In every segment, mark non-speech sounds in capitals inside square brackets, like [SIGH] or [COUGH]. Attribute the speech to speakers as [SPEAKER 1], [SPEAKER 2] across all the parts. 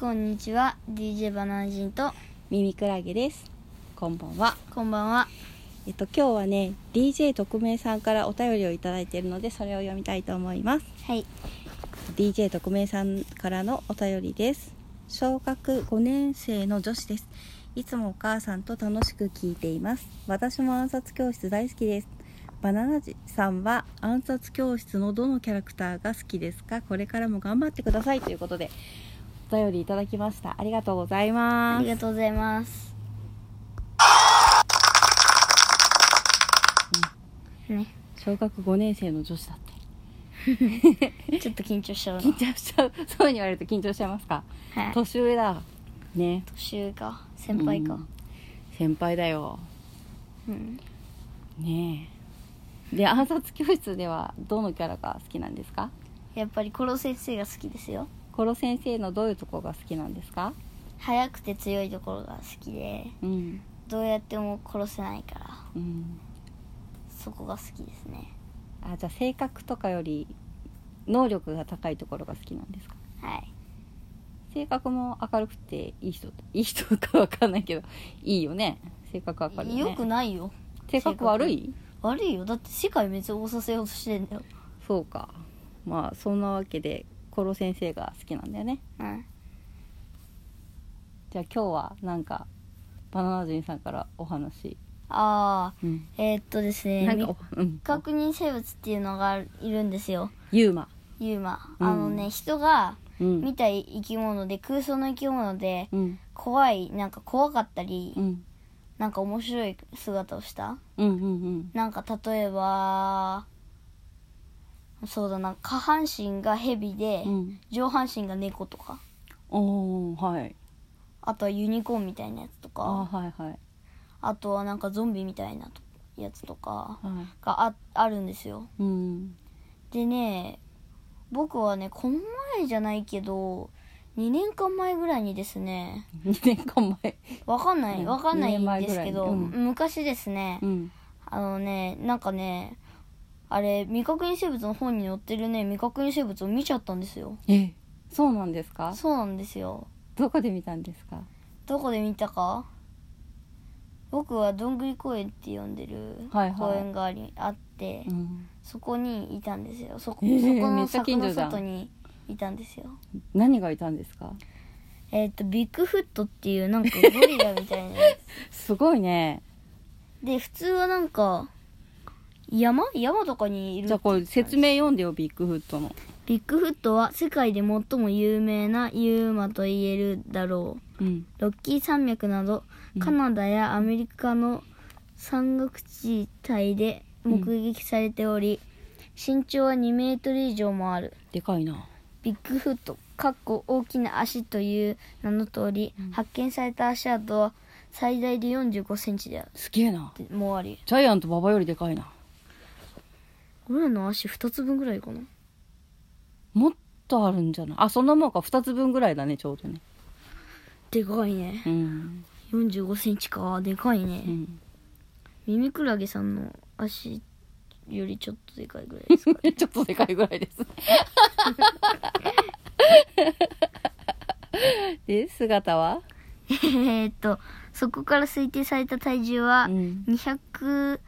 [SPEAKER 1] こんにちは DJ バナナ人と
[SPEAKER 2] 耳クラゲですこんばんは
[SPEAKER 1] こんばんは
[SPEAKER 2] えっと今日はね DJ 特命さんからお便りをいただいているのでそれを読みたいと思います
[SPEAKER 1] はい
[SPEAKER 2] DJ 特命さんからのお便りです小学5年生の女子ですいつもお母さんと楽しく聞いています私も暗殺教室大好きですバナナジさんは暗殺教室のどのキャラクターが好きですかこれからも頑張ってくださいということでお便りいただきましたありがとうござい
[SPEAKER 1] あ
[SPEAKER 2] ます
[SPEAKER 1] りがとうございますね、
[SPEAKER 2] 小学5年生の女子だって
[SPEAKER 1] ちょっと緊張しちゃうな
[SPEAKER 2] 緊張しちゃうそういうふうに言われると緊張しちゃいますか
[SPEAKER 1] はい
[SPEAKER 2] 年上だね
[SPEAKER 1] 年上か先輩か
[SPEAKER 2] うん先輩だよ
[SPEAKER 1] うん
[SPEAKER 2] ねえで暗殺教室ではどのキャラが好きなんですか
[SPEAKER 1] やっぱりコロ先生が好きですよ
[SPEAKER 2] コロ先生のどういうとこが好きなんですか
[SPEAKER 1] 早くて強いところが好きで
[SPEAKER 2] うん、
[SPEAKER 1] どうやっても殺せないから
[SPEAKER 2] うん、
[SPEAKER 1] そこが好きですね
[SPEAKER 2] あじゃあ性格とかより能力が高いところが好きなんですか
[SPEAKER 1] はい
[SPEAKER 2] 性格も明るくていい人いい人かわかんないけどいいよね性格明るいよね
[SPEAKER 1] よくないよ
[SPEAKER 2] 性格悪い
[SPEAKER 1] 悪いよだって世界滅亡させようとしてんだよ
[SPEAKER 2] そうかまあそんなわけでコロ先生が好きなんだよね
[SPEAKER 1] うん
[SPEAKER 2] じゃあ今日はなんかバナナ人さんからお話、
[SPEAKER 1] ああ
[SPEAKER 2] うん、
[SPEAKER 1] えーっとですね
[SPEAKER 2] なんかお、うん
[SPEAKER 1] 未、確認生物っていうのがいるんですよ
[SPEAKER 2] ユーマ、
[SPEAKER 1] ユーマ
[SPEAKER 2] うん
[SPEAKER 1] あのね、人が
[SPEAKER 2] うん、
[SPEAKER 1] 見たい生き物で空想の生き物で
[SPEAKER 2] うん
[SPEAKER 1] 怖いなんか怖かったり、
[SPEAKER 2] うん
[SPEAKER 1] なんか面白い姿をした
[SPEAKER 2] うんうん
[SPEAKER 1] なんか例えばそうだな下半身がヘビで、
[SPEAKER 2] うん
[SPEAKER 1] 上半身が猫とか
[SPEAKER 2] おーはい
[SPEAKER 1] あとはユニコーンみたいなやつとか
[SPEAKER 2] あーはいはい
[SPEAKER 1] あとはなんかゾンビみたいなとやつとか
[SPEAKER 2] は
[SPEAKER 1] がああるんですよ
[SPEAKER 2] いうん
[SPEAKER 1] でね僕はねこの前じゃないけど2年間前ぐらいにです
[SPEAKER 2] [LAUGHS]
[SPEAKER 1] ね
[SPEAKER 2] 2年間前
[SPEAKER 1] わかんな
[SPEAKER 2] う
[SPEAKER 1] い
[SPEAKER 2] ん
[SPEAKER 1] わかんないんですけど、
[SPEAKER 2] 二年前ぐらい
[SPEAKER 1] 昔ですね、
[SPEAKER 2] うん
[SPEAKER 1] あのねなんかねあれ未確認生物の本に載ってるね未確認生物を見ちゃったんですよ
[SPEAKER 2] えそうなんですか
[SPEAKER 1] そうなんですよ
[SPEAKER 2] どこで見たんですか
[SPEAKER 1] どこで見たか僕はどんぐり公園って呼んでる
[SPEAKER 2] はいはい
[SPEAKER 1] 公園があり、あって、
[SPEAKER 2] うん
[SPEAKER 1] そこにいたんですよそこ,、
[SPEAKER 2] えー
[SPEAKER 1] そこ
[SPEAKER 2] め
[SPEAKER 1] の
[SPEAKER 2] っちゃ
[SPEAKER 1] 柵
[SPEAKER 2] 近
[SPEAKER 1] の
[SPEAKER 2] 所じゃん
[SPEAKER 1] 外にいたんですよ
[SPEAKER 2] 何がいたんですか
[SPEAKER 1] えっ、とビッグフットっていうなんかゴリラみたいなや
[SPEAKER 2] すごいね [LAUGHS]
[SPEAKER 1] つで普通はなんか山山とかにいる
[SPEAKER 2] じゃあこれ説明読んでよビッグフットの
[SPEAKER 1] ビッグフットは世界で最も有名なユーマと言えるだろう
[SPEAKER 2] うん
[SPEAKER 1] ロッキー山脈などカナダやアメリカの山岳地帯で目撃されており、身長は2メートル以上もある
[SPEAKER 2] でかいな
[SPEAKER 1] ビッグフットかっこ大きな足という名の通り、発見された足跡は最大で4 5センチである
[SPEAKER 2] すげえな
[SPEAKER 1] でもうあり
[SPEAKER 2] ジャイアント馬場よりでかいな
[SPEAKER 1] 俺らの足2つ分ぐらいかな
[SPEAKER 2] もっとあるんじゃないあそんなもんか2つ分ぐらいだねちょうどね
[SPEAKER 1] でかいね
[SPEAKER 2] うん
[SPEAKER 1] 4 5センチかでかいね、
[SPEAKER 2] うん
[SPEAKER 1] ミミクラゲさんの足よりちょっとでかいぐらい
[SPEAKER 2] [LAUGHS]
[SPEAKER 1] ですか
[SPEAKER 2] ちょっとでかいぐらい [LAUGHS] です。で、姿は
[SPEAKER 1] えーっとそこから推定された体重は
[SPEAKER 2] うん
[SPEAKER 1] 200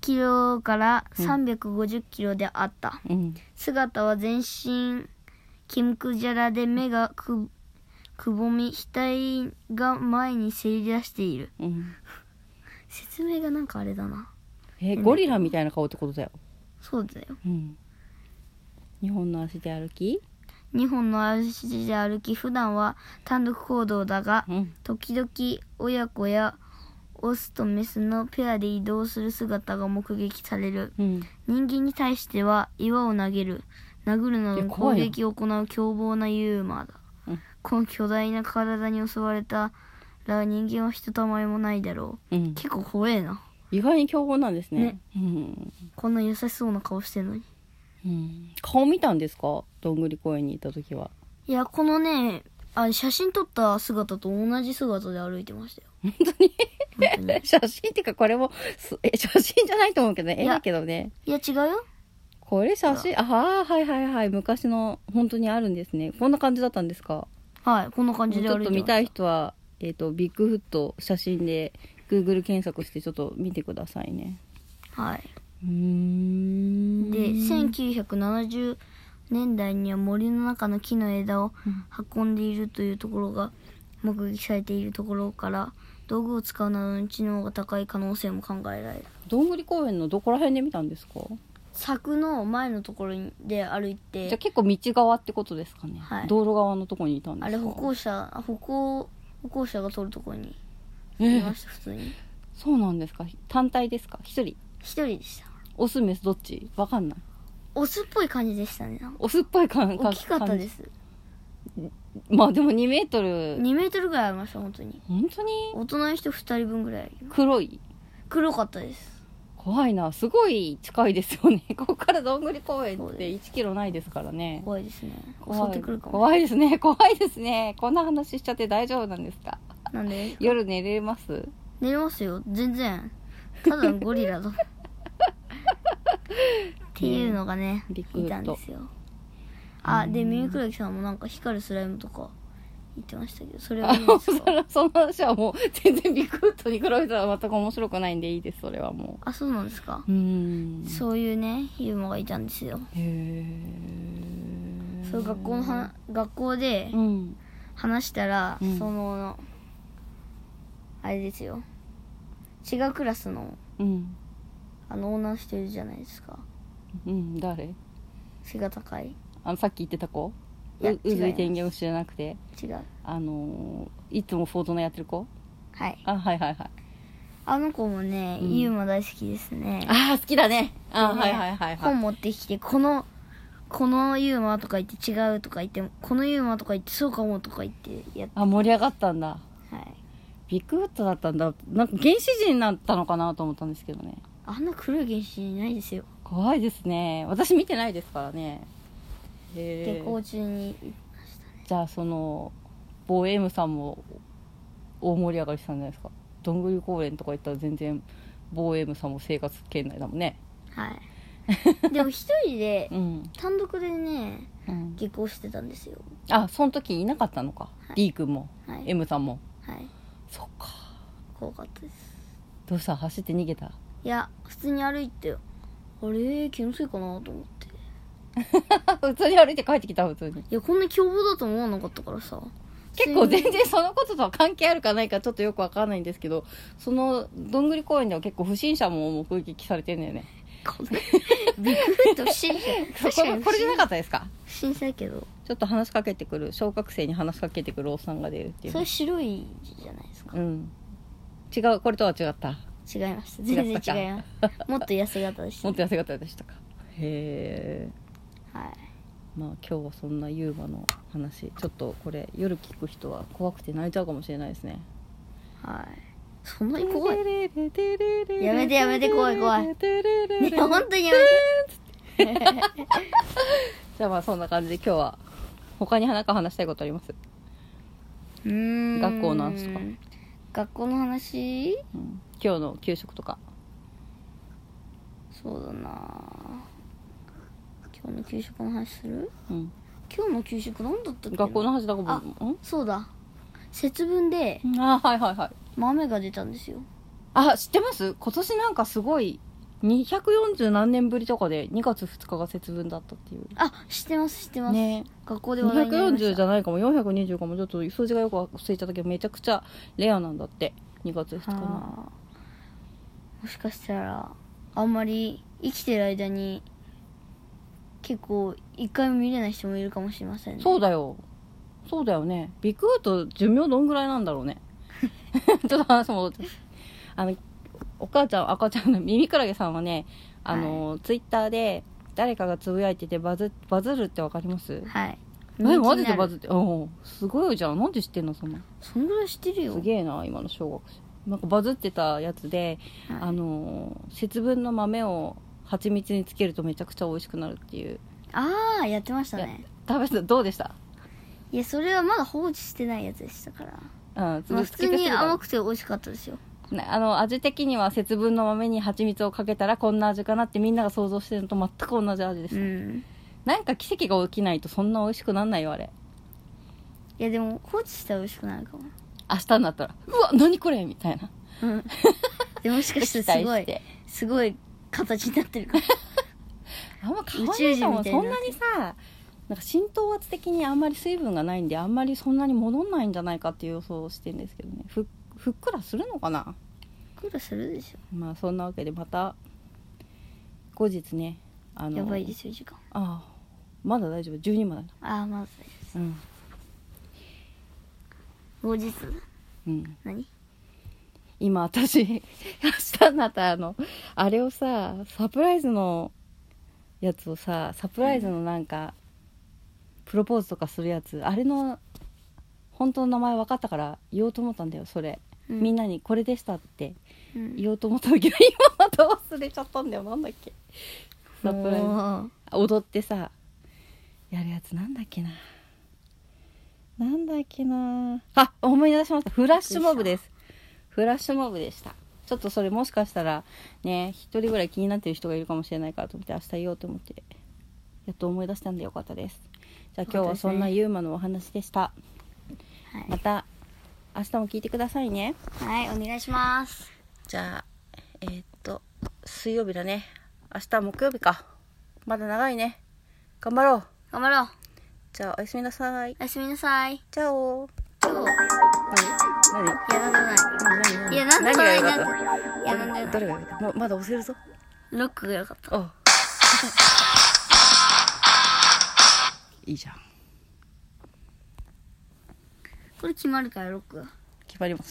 [SPEAKER 1] キロから350キロであった、
[SPEAKER 2] うん。
[SPEAKER 1] 姿は全身金クジャラで目がくくぼみ額が前にせり出している
[SPEAKER 2] うん。
[SPEAKER 1] 説明がなんかあれだな
[SPEAKER 2] え、ゴリラみたいな顔ってことだよ。
[SPEAKER 1] そうだよ
[SPEAKER 2] うん。日本の足で歩き
[SPEAKER 1] 2本の足で歩き普段は単独行動だが
[SPEAKER 2] うん。
[SPEAKER 1] 時々親子やオスとメスのペアで移動する姿が目撃される
[SPEAKER 2] うん。
[SPEAKER 1] 人間に対しては岩を投げる殴るなどの
[SPEAKER 2] いや
[SPEAKER 1] 攻
[SPEAKER 2] 怖いよ
[SPEAKER 1] 撃を行う凶暴なユーマだ、
[SPEAKER 2] うん
[SPEAKER 1] この巨大な体に襲われたら人間はひとたまりもないだろ
[SPEAKER 2] うん
[SPEAKER 1] う。結構怖えな
[SPEAKER 2] 意外に凶暴なんですね。
[SPEAKER 1] ね
[SPEAKER 2] うん。
[SPEAKER 1] こんな優しそうな顔してんのに
[SPEAKER 2] うん。顔見たんですかどんぐり公園に行った時は。
[SPEAKER 1] いやこのねあ写真撮った姿と同じ姿で歩いてましたよ本当に
[SPEAKER 2] 写真っていうかこれも、すえ、写真じゃないと思うけどね。
[SPEAKER 1] い
[SPEAKER 2] 絵
[SPEAKER 1] や
[SPEAKER 2] だけどね。
[SPEAKER 1] いや違うよ
[SPEAKER 2] これ写真、ああ、はいはいはい。昔の、本当にあるんですね。こんな感じだったんですか
[SPEAKER 1] はいこんな感じで
[SPEAKER 2] ちょ
[SPEAKER 1] 歩
[SPEAKER 2] っ
[SPEAKER 1] いて
[SPEAKER 2] と
[SPEAKER 1] ま
[SPEAKER 2] 見
[SPEAKER 1] した
[SPEAKER 2] い人は、えっとビッグフット写真で Google 検索してちょっと見てくださいね
[SPEAKER 1] はい、
[SPEAKER 2] うん
[SPEAKER 1] で1970年代には森の中の木の枝を運んでいるというところが目撃されているところから道具を使うなどの知能が高い可能性も考えられる
[SPEAKER 2] どんぐり公園のどこら辺で見たんですか
[SPEAKER 1] 柵の前のところにで歩い
[SPEAKER 2] じゃあ
[SPEAKER 1] て
[SPEAKER 2] 結構道側ってことですかね、
[SPEAKER 1] はい
[SPEAKER 2] 道路側のとこにいたんです
[SPEAKER 1] あ
[SPEAKER 2] か
[SPEAKER 1] れ歩行者あ歩行歩行者が通るところに
[SPEAKER 2] え
[SPEAKER 1] い
[SPEAKER 2] ー
[SPEAKER 1] ました普通に
[SPEAKER 2] そうなんですか単体ですか一人
[SPEAKER 1] 一人でした
[SPEAKER 2] オスメスどっちわかんない
[SPEAKER 1] オスっぽい感じでしたねなんか
[SPEAKER 2] オスっぽい感
[SPEAKER 1] 大きかったですす
[SPEAKER 2] まあでも2メートル
[SPEAKER 1] 2メートルぐらいありました本当に
[SPEAKER 2] 本当に
[SPEAKER 1] 大人の人2人分ぐらいあります
[SPEAKER 2] 黒い
[SPEAKER 1] 黒かったです
[SPEAKER 2] 怖いなすごい近いですよね [LAUGHS] ここからどんぐり公園
[SPEAKER 1] そ
[SPEAKER 2] っ
[SPEAKER 1] う
[SPEAKER 2] て
[SPEAKER 1] で
[SPEAKER 2] 1キロないですからね
[SPEAKER 1] 怖いですね襲
[SPEAKER 2] 怖
[SPEAKER 1] っ
[SPEAKER 2] い
[SPEAKER 1] てくるかも
[SPEAKER 2] 怖いですね怖いですねこんな話しちゃって大丈夫なんですか
[SPEAKER 1] なんで
[SPEAKER 2] 夜寝れます
[SPEAKER 1] 寝れますよ全然ただのゴリラだっていうのがね
[SPEAKER 2] うんび
[SPEAKER 1] い
[SPEAKER 2] っくりと
[SPEAKER 1] たんですよあで耳黒木さんもなんか光るスライムとか言ってましたけどそれは
[SPEAKER 2] あ
[SPEAKER 1] いいで
[SPEAKER 2] の
[SPEAKER 1] す
[SPEAKER 2] そ
[SPEAKER 1] か
[SPEAKER 2] ら [LAUGHS] その話はもう全然ビッグフットに比べたら全く面白くないんでいいですそれはも
[SPEAKER 1] あそうなんですか
[SPEAKER 2] ううん
[SPEAKER 1] そういうねユーモアがいたんですよ
[SPEAKER 2] へえ
[SPEAKER 1] そう学校のは学校で
[SPEAKER 2] うん
[SPEAKER 1] 話したら、
[SPEAKER 2] うん
[SPEAKER 1] そのあれですよ違うクラスの
[SPEAKER 2] うん
[SPEAKER 1] あの女の人いるじゃないですか
[SPEAKER 2] うん誰
[SPEAKER 1] 背が高い
[SPEAKER 2] あのさっき言ってた子
[SPEAKER 1] いや
[SPEAKER 2] うう
[SPEAKER 1] 違い
[SPEAKER 2] ずい
[SPEAKER 1] ます
[SPEAKER 2] 天元を知らなくて
[SPEAKER 1] 違う
[SPEAKER 2] あのーいつもフォートナやってる子
[SPEAKER 1] はい
[SPEAKER 2] あはいはいはい
[SPEAKER 1] あの子もね、
[SPEAKER 2] うん
[SPEAKER 1] ユーモア大好きですね
[SPEAKER 2] ああ好きだねあー
[SPEAKER 1] でね
[SPEAKER 2] はいはいはいはい
[SPEAKER 1] 本持ってきてこのこのユーモアとか言って違うとか言ってこのユーモアとか言ってそうかもとか言ってやっ
[SPEAKER 2] あ盛り上がったんだ
[SPEAKER 1] はい
[SPEAKER 2] ビッグフットだったんだなんか原始人だったのかなと思ったんですけどね
[SPEAKER 1] あんな黒い原始人いないですよ
[SPEAKER 2] 怖いですね私見てないですからねへ
[SPEAKER 1] 下校
[SPEAKER 2] え
[SPEAKER 1] 中に
[SPEAKER 2] じゃあそのボーエムさんも大盛り上がりしたんじゃないですかどんぐり公園とか行ったら全然ボーエムさんも生活圏内だもんね
[SPEAKER 1] はい
[SPEAKER 2] [LAUGHS]
[SPEAKER 1] でも一人で
[SPEAKER 2] うん、
[SPEAKER 1] 単独でね
[SPEAKER 2] うん、
[SPEAKER 1] 下校してたんですよ
[SPEAKER 2] あその時いなかったのか、
[SPEAKER 1] はい
[SPEAKER 2] D 君も、
[SPEAKER 1] はい
[SPEAKER 2] M さんも
[SPEAKER 1] はい
[SPEAKER 2] そっか
[SPEAKER 1] 怖かったです
[SPEAKER 2] どうした走って逃げた [LAUGHS]
[SPEAKER 1] いや普通に歩いてあれ気のせいかなと思って
[SPEAKER 2] 普通に歩いて帰ってきた普通に
[SPEAKER 1] いやこんな凶暴だと思わなかったからさ
[SPEAKER 2] 結構
[SPEAKER 1] 普通
[SPEAKER 2] 全
[SPEAKER 1] に
[SPEAKER 2] 然そのこととは関係あるかないかちょっとよくわからないんですけどそのどんぐり公園では結構不審者も目撃されてんだよね
[SPEAKER 1] こ
[SPEAKER 2] [LAUGHS]
[SPEAKER 1] のビッグフット不審者
[SPEAKER 2] そ
[SPEAKER 1] 確か
[SPEAKER 2] こ
[SPEAKER 1] に
[SPEAKER 2] [LAUGHS] こ
[SPEAKER 1] 不
[SPEAKER 2] れじゃ
[SPEAKER 1] 審
[SPEAKER 2] なかったですか
[SPEAKER 1] 不審者やけど
[SPEAKER 2] ちょっと話しかけてくる小学生に話しかけてくるおっさんが出るっていう
[SPEAKER 1] それ白いじゃないですか
[SPEAKER 2] うん違うこれとは違った
[SPEAKER 1] 違いました全然違いますもっと痩せ型でした
[SPEAKER 2] [LAUGHS] もっと痩せ方でしたかへえ
[SPEAKER 1] はい
[SPEAKER 2] まあ今日はそんなユーマの話ちょっとこれ夜聞く人は怖くて泣いちゃうかもしれないですね
[SPEAKER 1] はいそんなに怖い
[SPEAKER 2] [LAUGHS]
[SPEAKER 1] ね
[SPEAKER 2] や
[SPEAKER 1] やめてやめて怖い怖い本当にやめて
[SPEAKER 2] じゃあまあそんな感じで今日は他に何か話したいことあります、
[SPEAKER 1] うーん
[SPEAKER 2] [LAUGHS] 学校の話とか
[SPEAKER 1] 学校の話
[SPEAKER 2] うん今日の給食とか
[SPEAKER 1] そうだな今日の給食の話する
[SPEAKER 2] うん
[SPEAKER 1] 今日の給食何だったっけな
[SPEAKER 2] 学校の話だから
[SPEAKER 1] あそうだ節分で
[SPEAKER 2] うんあはいはいはい
[SPEAKER 1] 豆が出たんですよ
[SPEAKER 2] あ知ってます今年なんかすごい240何年ぶりとかで2月2日が節分だったっていう
[SPEAKER 1] あ知ってます知ってます、
[SPEAKER 2] ね
[SPEAKER 1] 学校で話題になりま
[SPEAKER 2] 240
[SPEAKER 1] し
[SPEAKER 2] じ
[SPEAKER 1] た
[SPEAKER 2] ゃないかも420かもちょっと数字がよく忘れちゃったけどめちゃくちゃレアなんだって2月2日の
[SPEAKER 1] あーもしかしたらあんまり生きてる間に結構一回も見れない人もいるかもしれませんね
[SPEAKER 2] そうだよそうだよねビッグウート寿命どんぐらいなんだろうね [LAUGHS] ちょっと話戻ってあのお母ちゃん赤ちゃんの耳クラゲさんはねあの、ツイッターで誰かがつぶやいててバズバズるってわかります
[SPEAKER 1] はい
[SPEAKER 2] え
[SPEAKER 1] 人気にな
[SPEAKER 2] マ
[SPEAKER 1] る
[SPEAKER 2] ジでバズってうんすごいじゃんなんで知ってんのそんな
[SPEAKER 1] そんぐらい知ってるよ
[SPEAKER 2] すげえな今の小学生なんかバズってたやつで、
[SPEAKER 1] はい
[SPEAKER 2] あのー節分の豆を蜂蜜につけるとめちゃくちゃ美味しくなるっていう
[SPEAKER 1] ああやってましたね
[SPEAKER 2] 食べたどうでした
[SPEAKER 1] いやそれはまだ放置してないやつでしたから、
[SPEAKER 2] うん、つ
[SPEAKER 1] まあ、
[SPEAKER 2] ぶ
[SPEAKER 1] 普
[SPEAKER 2] つけ
[SPEAKER 1] 通
[SPEAKER 2] てす
[SPEAKER 1] に
[SPEAKER 2] ぐだ
[SPEAKER 1] 甘くて美味しかったですよ
[SPEAKER 2] ねあの味的には節分の豆に蜂蜜をかけたらこんな味かなってみんなが想像してるのと全く同じ味で
[SPEAKER 1] う
[SPEAKER 2] す、
[SPEAKER 1] ん
[SPEAKER 2] なんか奇跡が起きないとそんな美味しくなんないよあれ
[SPEAKER 1] いやでも放置したら美味しくなるかも
[SPEAKER 2] 明日になったら「うわ何これ!」みたいな
[SPEAKER 1] うんでもしかしたらすごいすごい形になってるかも
[SPEAKER 2] あんま変わんないかも
[SPEAKER 1] 宇宙人みたい
[SPEAKER 2] そ
[SPEAKER 1] に
[SPEAKER 2] ん
[SPEAKER 1] な
[SPEAKER 2] なにさなんか浸透圧的にあんまり水分がないんであんまりそんなに戻んないんじゃないかっていう予想をしてるんですけどねふふっくらするのかな
[SPEAKER 1] 苦労するでし
[SPEAKER 2] まあそんなわけでまた後日ねあ
[SPEAKER 1] ょ
[SPEAKER 2] の
[SPEAKER 1] やばいですよ時間
[SPEAKER 2] ああまだ大丈夫12までだ
[SPEAKER 1] ああまず
[SPEAKER 2] うん
[SPEAKER 1] 後日
[SPEAKER 2] うん
[SPEAKER 1] 何
[SPEAKER 2] 今私明日になったらあのあれをさサプライズのやつをさサプライズのなんか、プロポーズとかするやつあれの本当の名前分かったから言おうと思ったんだよそれ、
[SPEAKER 1] うん
[SPEAKER 2] みんなにこれでしたって
[SPEAKER 1] うん
[SPEAKER 2] 言おうと思ったんだけど今また忘れちゃったんだよなんだっけサプライズ
[SPEAKER 1] も
[SPEAKER 2] 踊ってさやるやつなんだっけななんだっけなあ思い出しましたフラッシュモブですフラッシュモブでしたちょっとそれもしかしたらね一人ぐらい気になってる人がいるかもしれないからと思って明日言おうと思ってやっと思い出したんでよかったですじゃあ今日はそんなユーマのお話でした
[SPEAKER 1] う
[SPEAKER 2] また明日も聞いてくださいね
[SPEAKER 1] はい、はい、お願いします
[SPEAKER 2] じゃあえーっと水曜日だね明日木曜日かまだ長いね頑張ろう
[SPEAKER 1] 頑張ろう
[SPEAKER 2] じゃあおやすみなさい。
[SPEAKER 1] おやすみなさい
[SPEAKER 2] チャオ。
[SPEAKER 1] 今日
[SPEAKER 2] 何
[SPEAKER 1] いやなんとない
[SPEAKER 2] 何
[SPEAKER 1] いやなんと
[SPEAKER 2] 何
[SPEAKER 1] な
[SPEAKER 2] が
[SPEAKER 1] い
[SPEAKER 2] 良
[SPEAKER 1] な
[SPEAKER 2] かっ
[SPEAKER 1] んと
[SPEAKER 2] た
[SPEAKER 1] いやなんとない
[SPEAKER 2] どれが良かったままだ押せるぞ。
[SPEAKER 1] ロックが良かった
[SPEAKER 2] おう [LAUGHS] いいじゃん。
[SPEAKER 1] これ決まるからロックが
[SPEAKER 2] 決まります。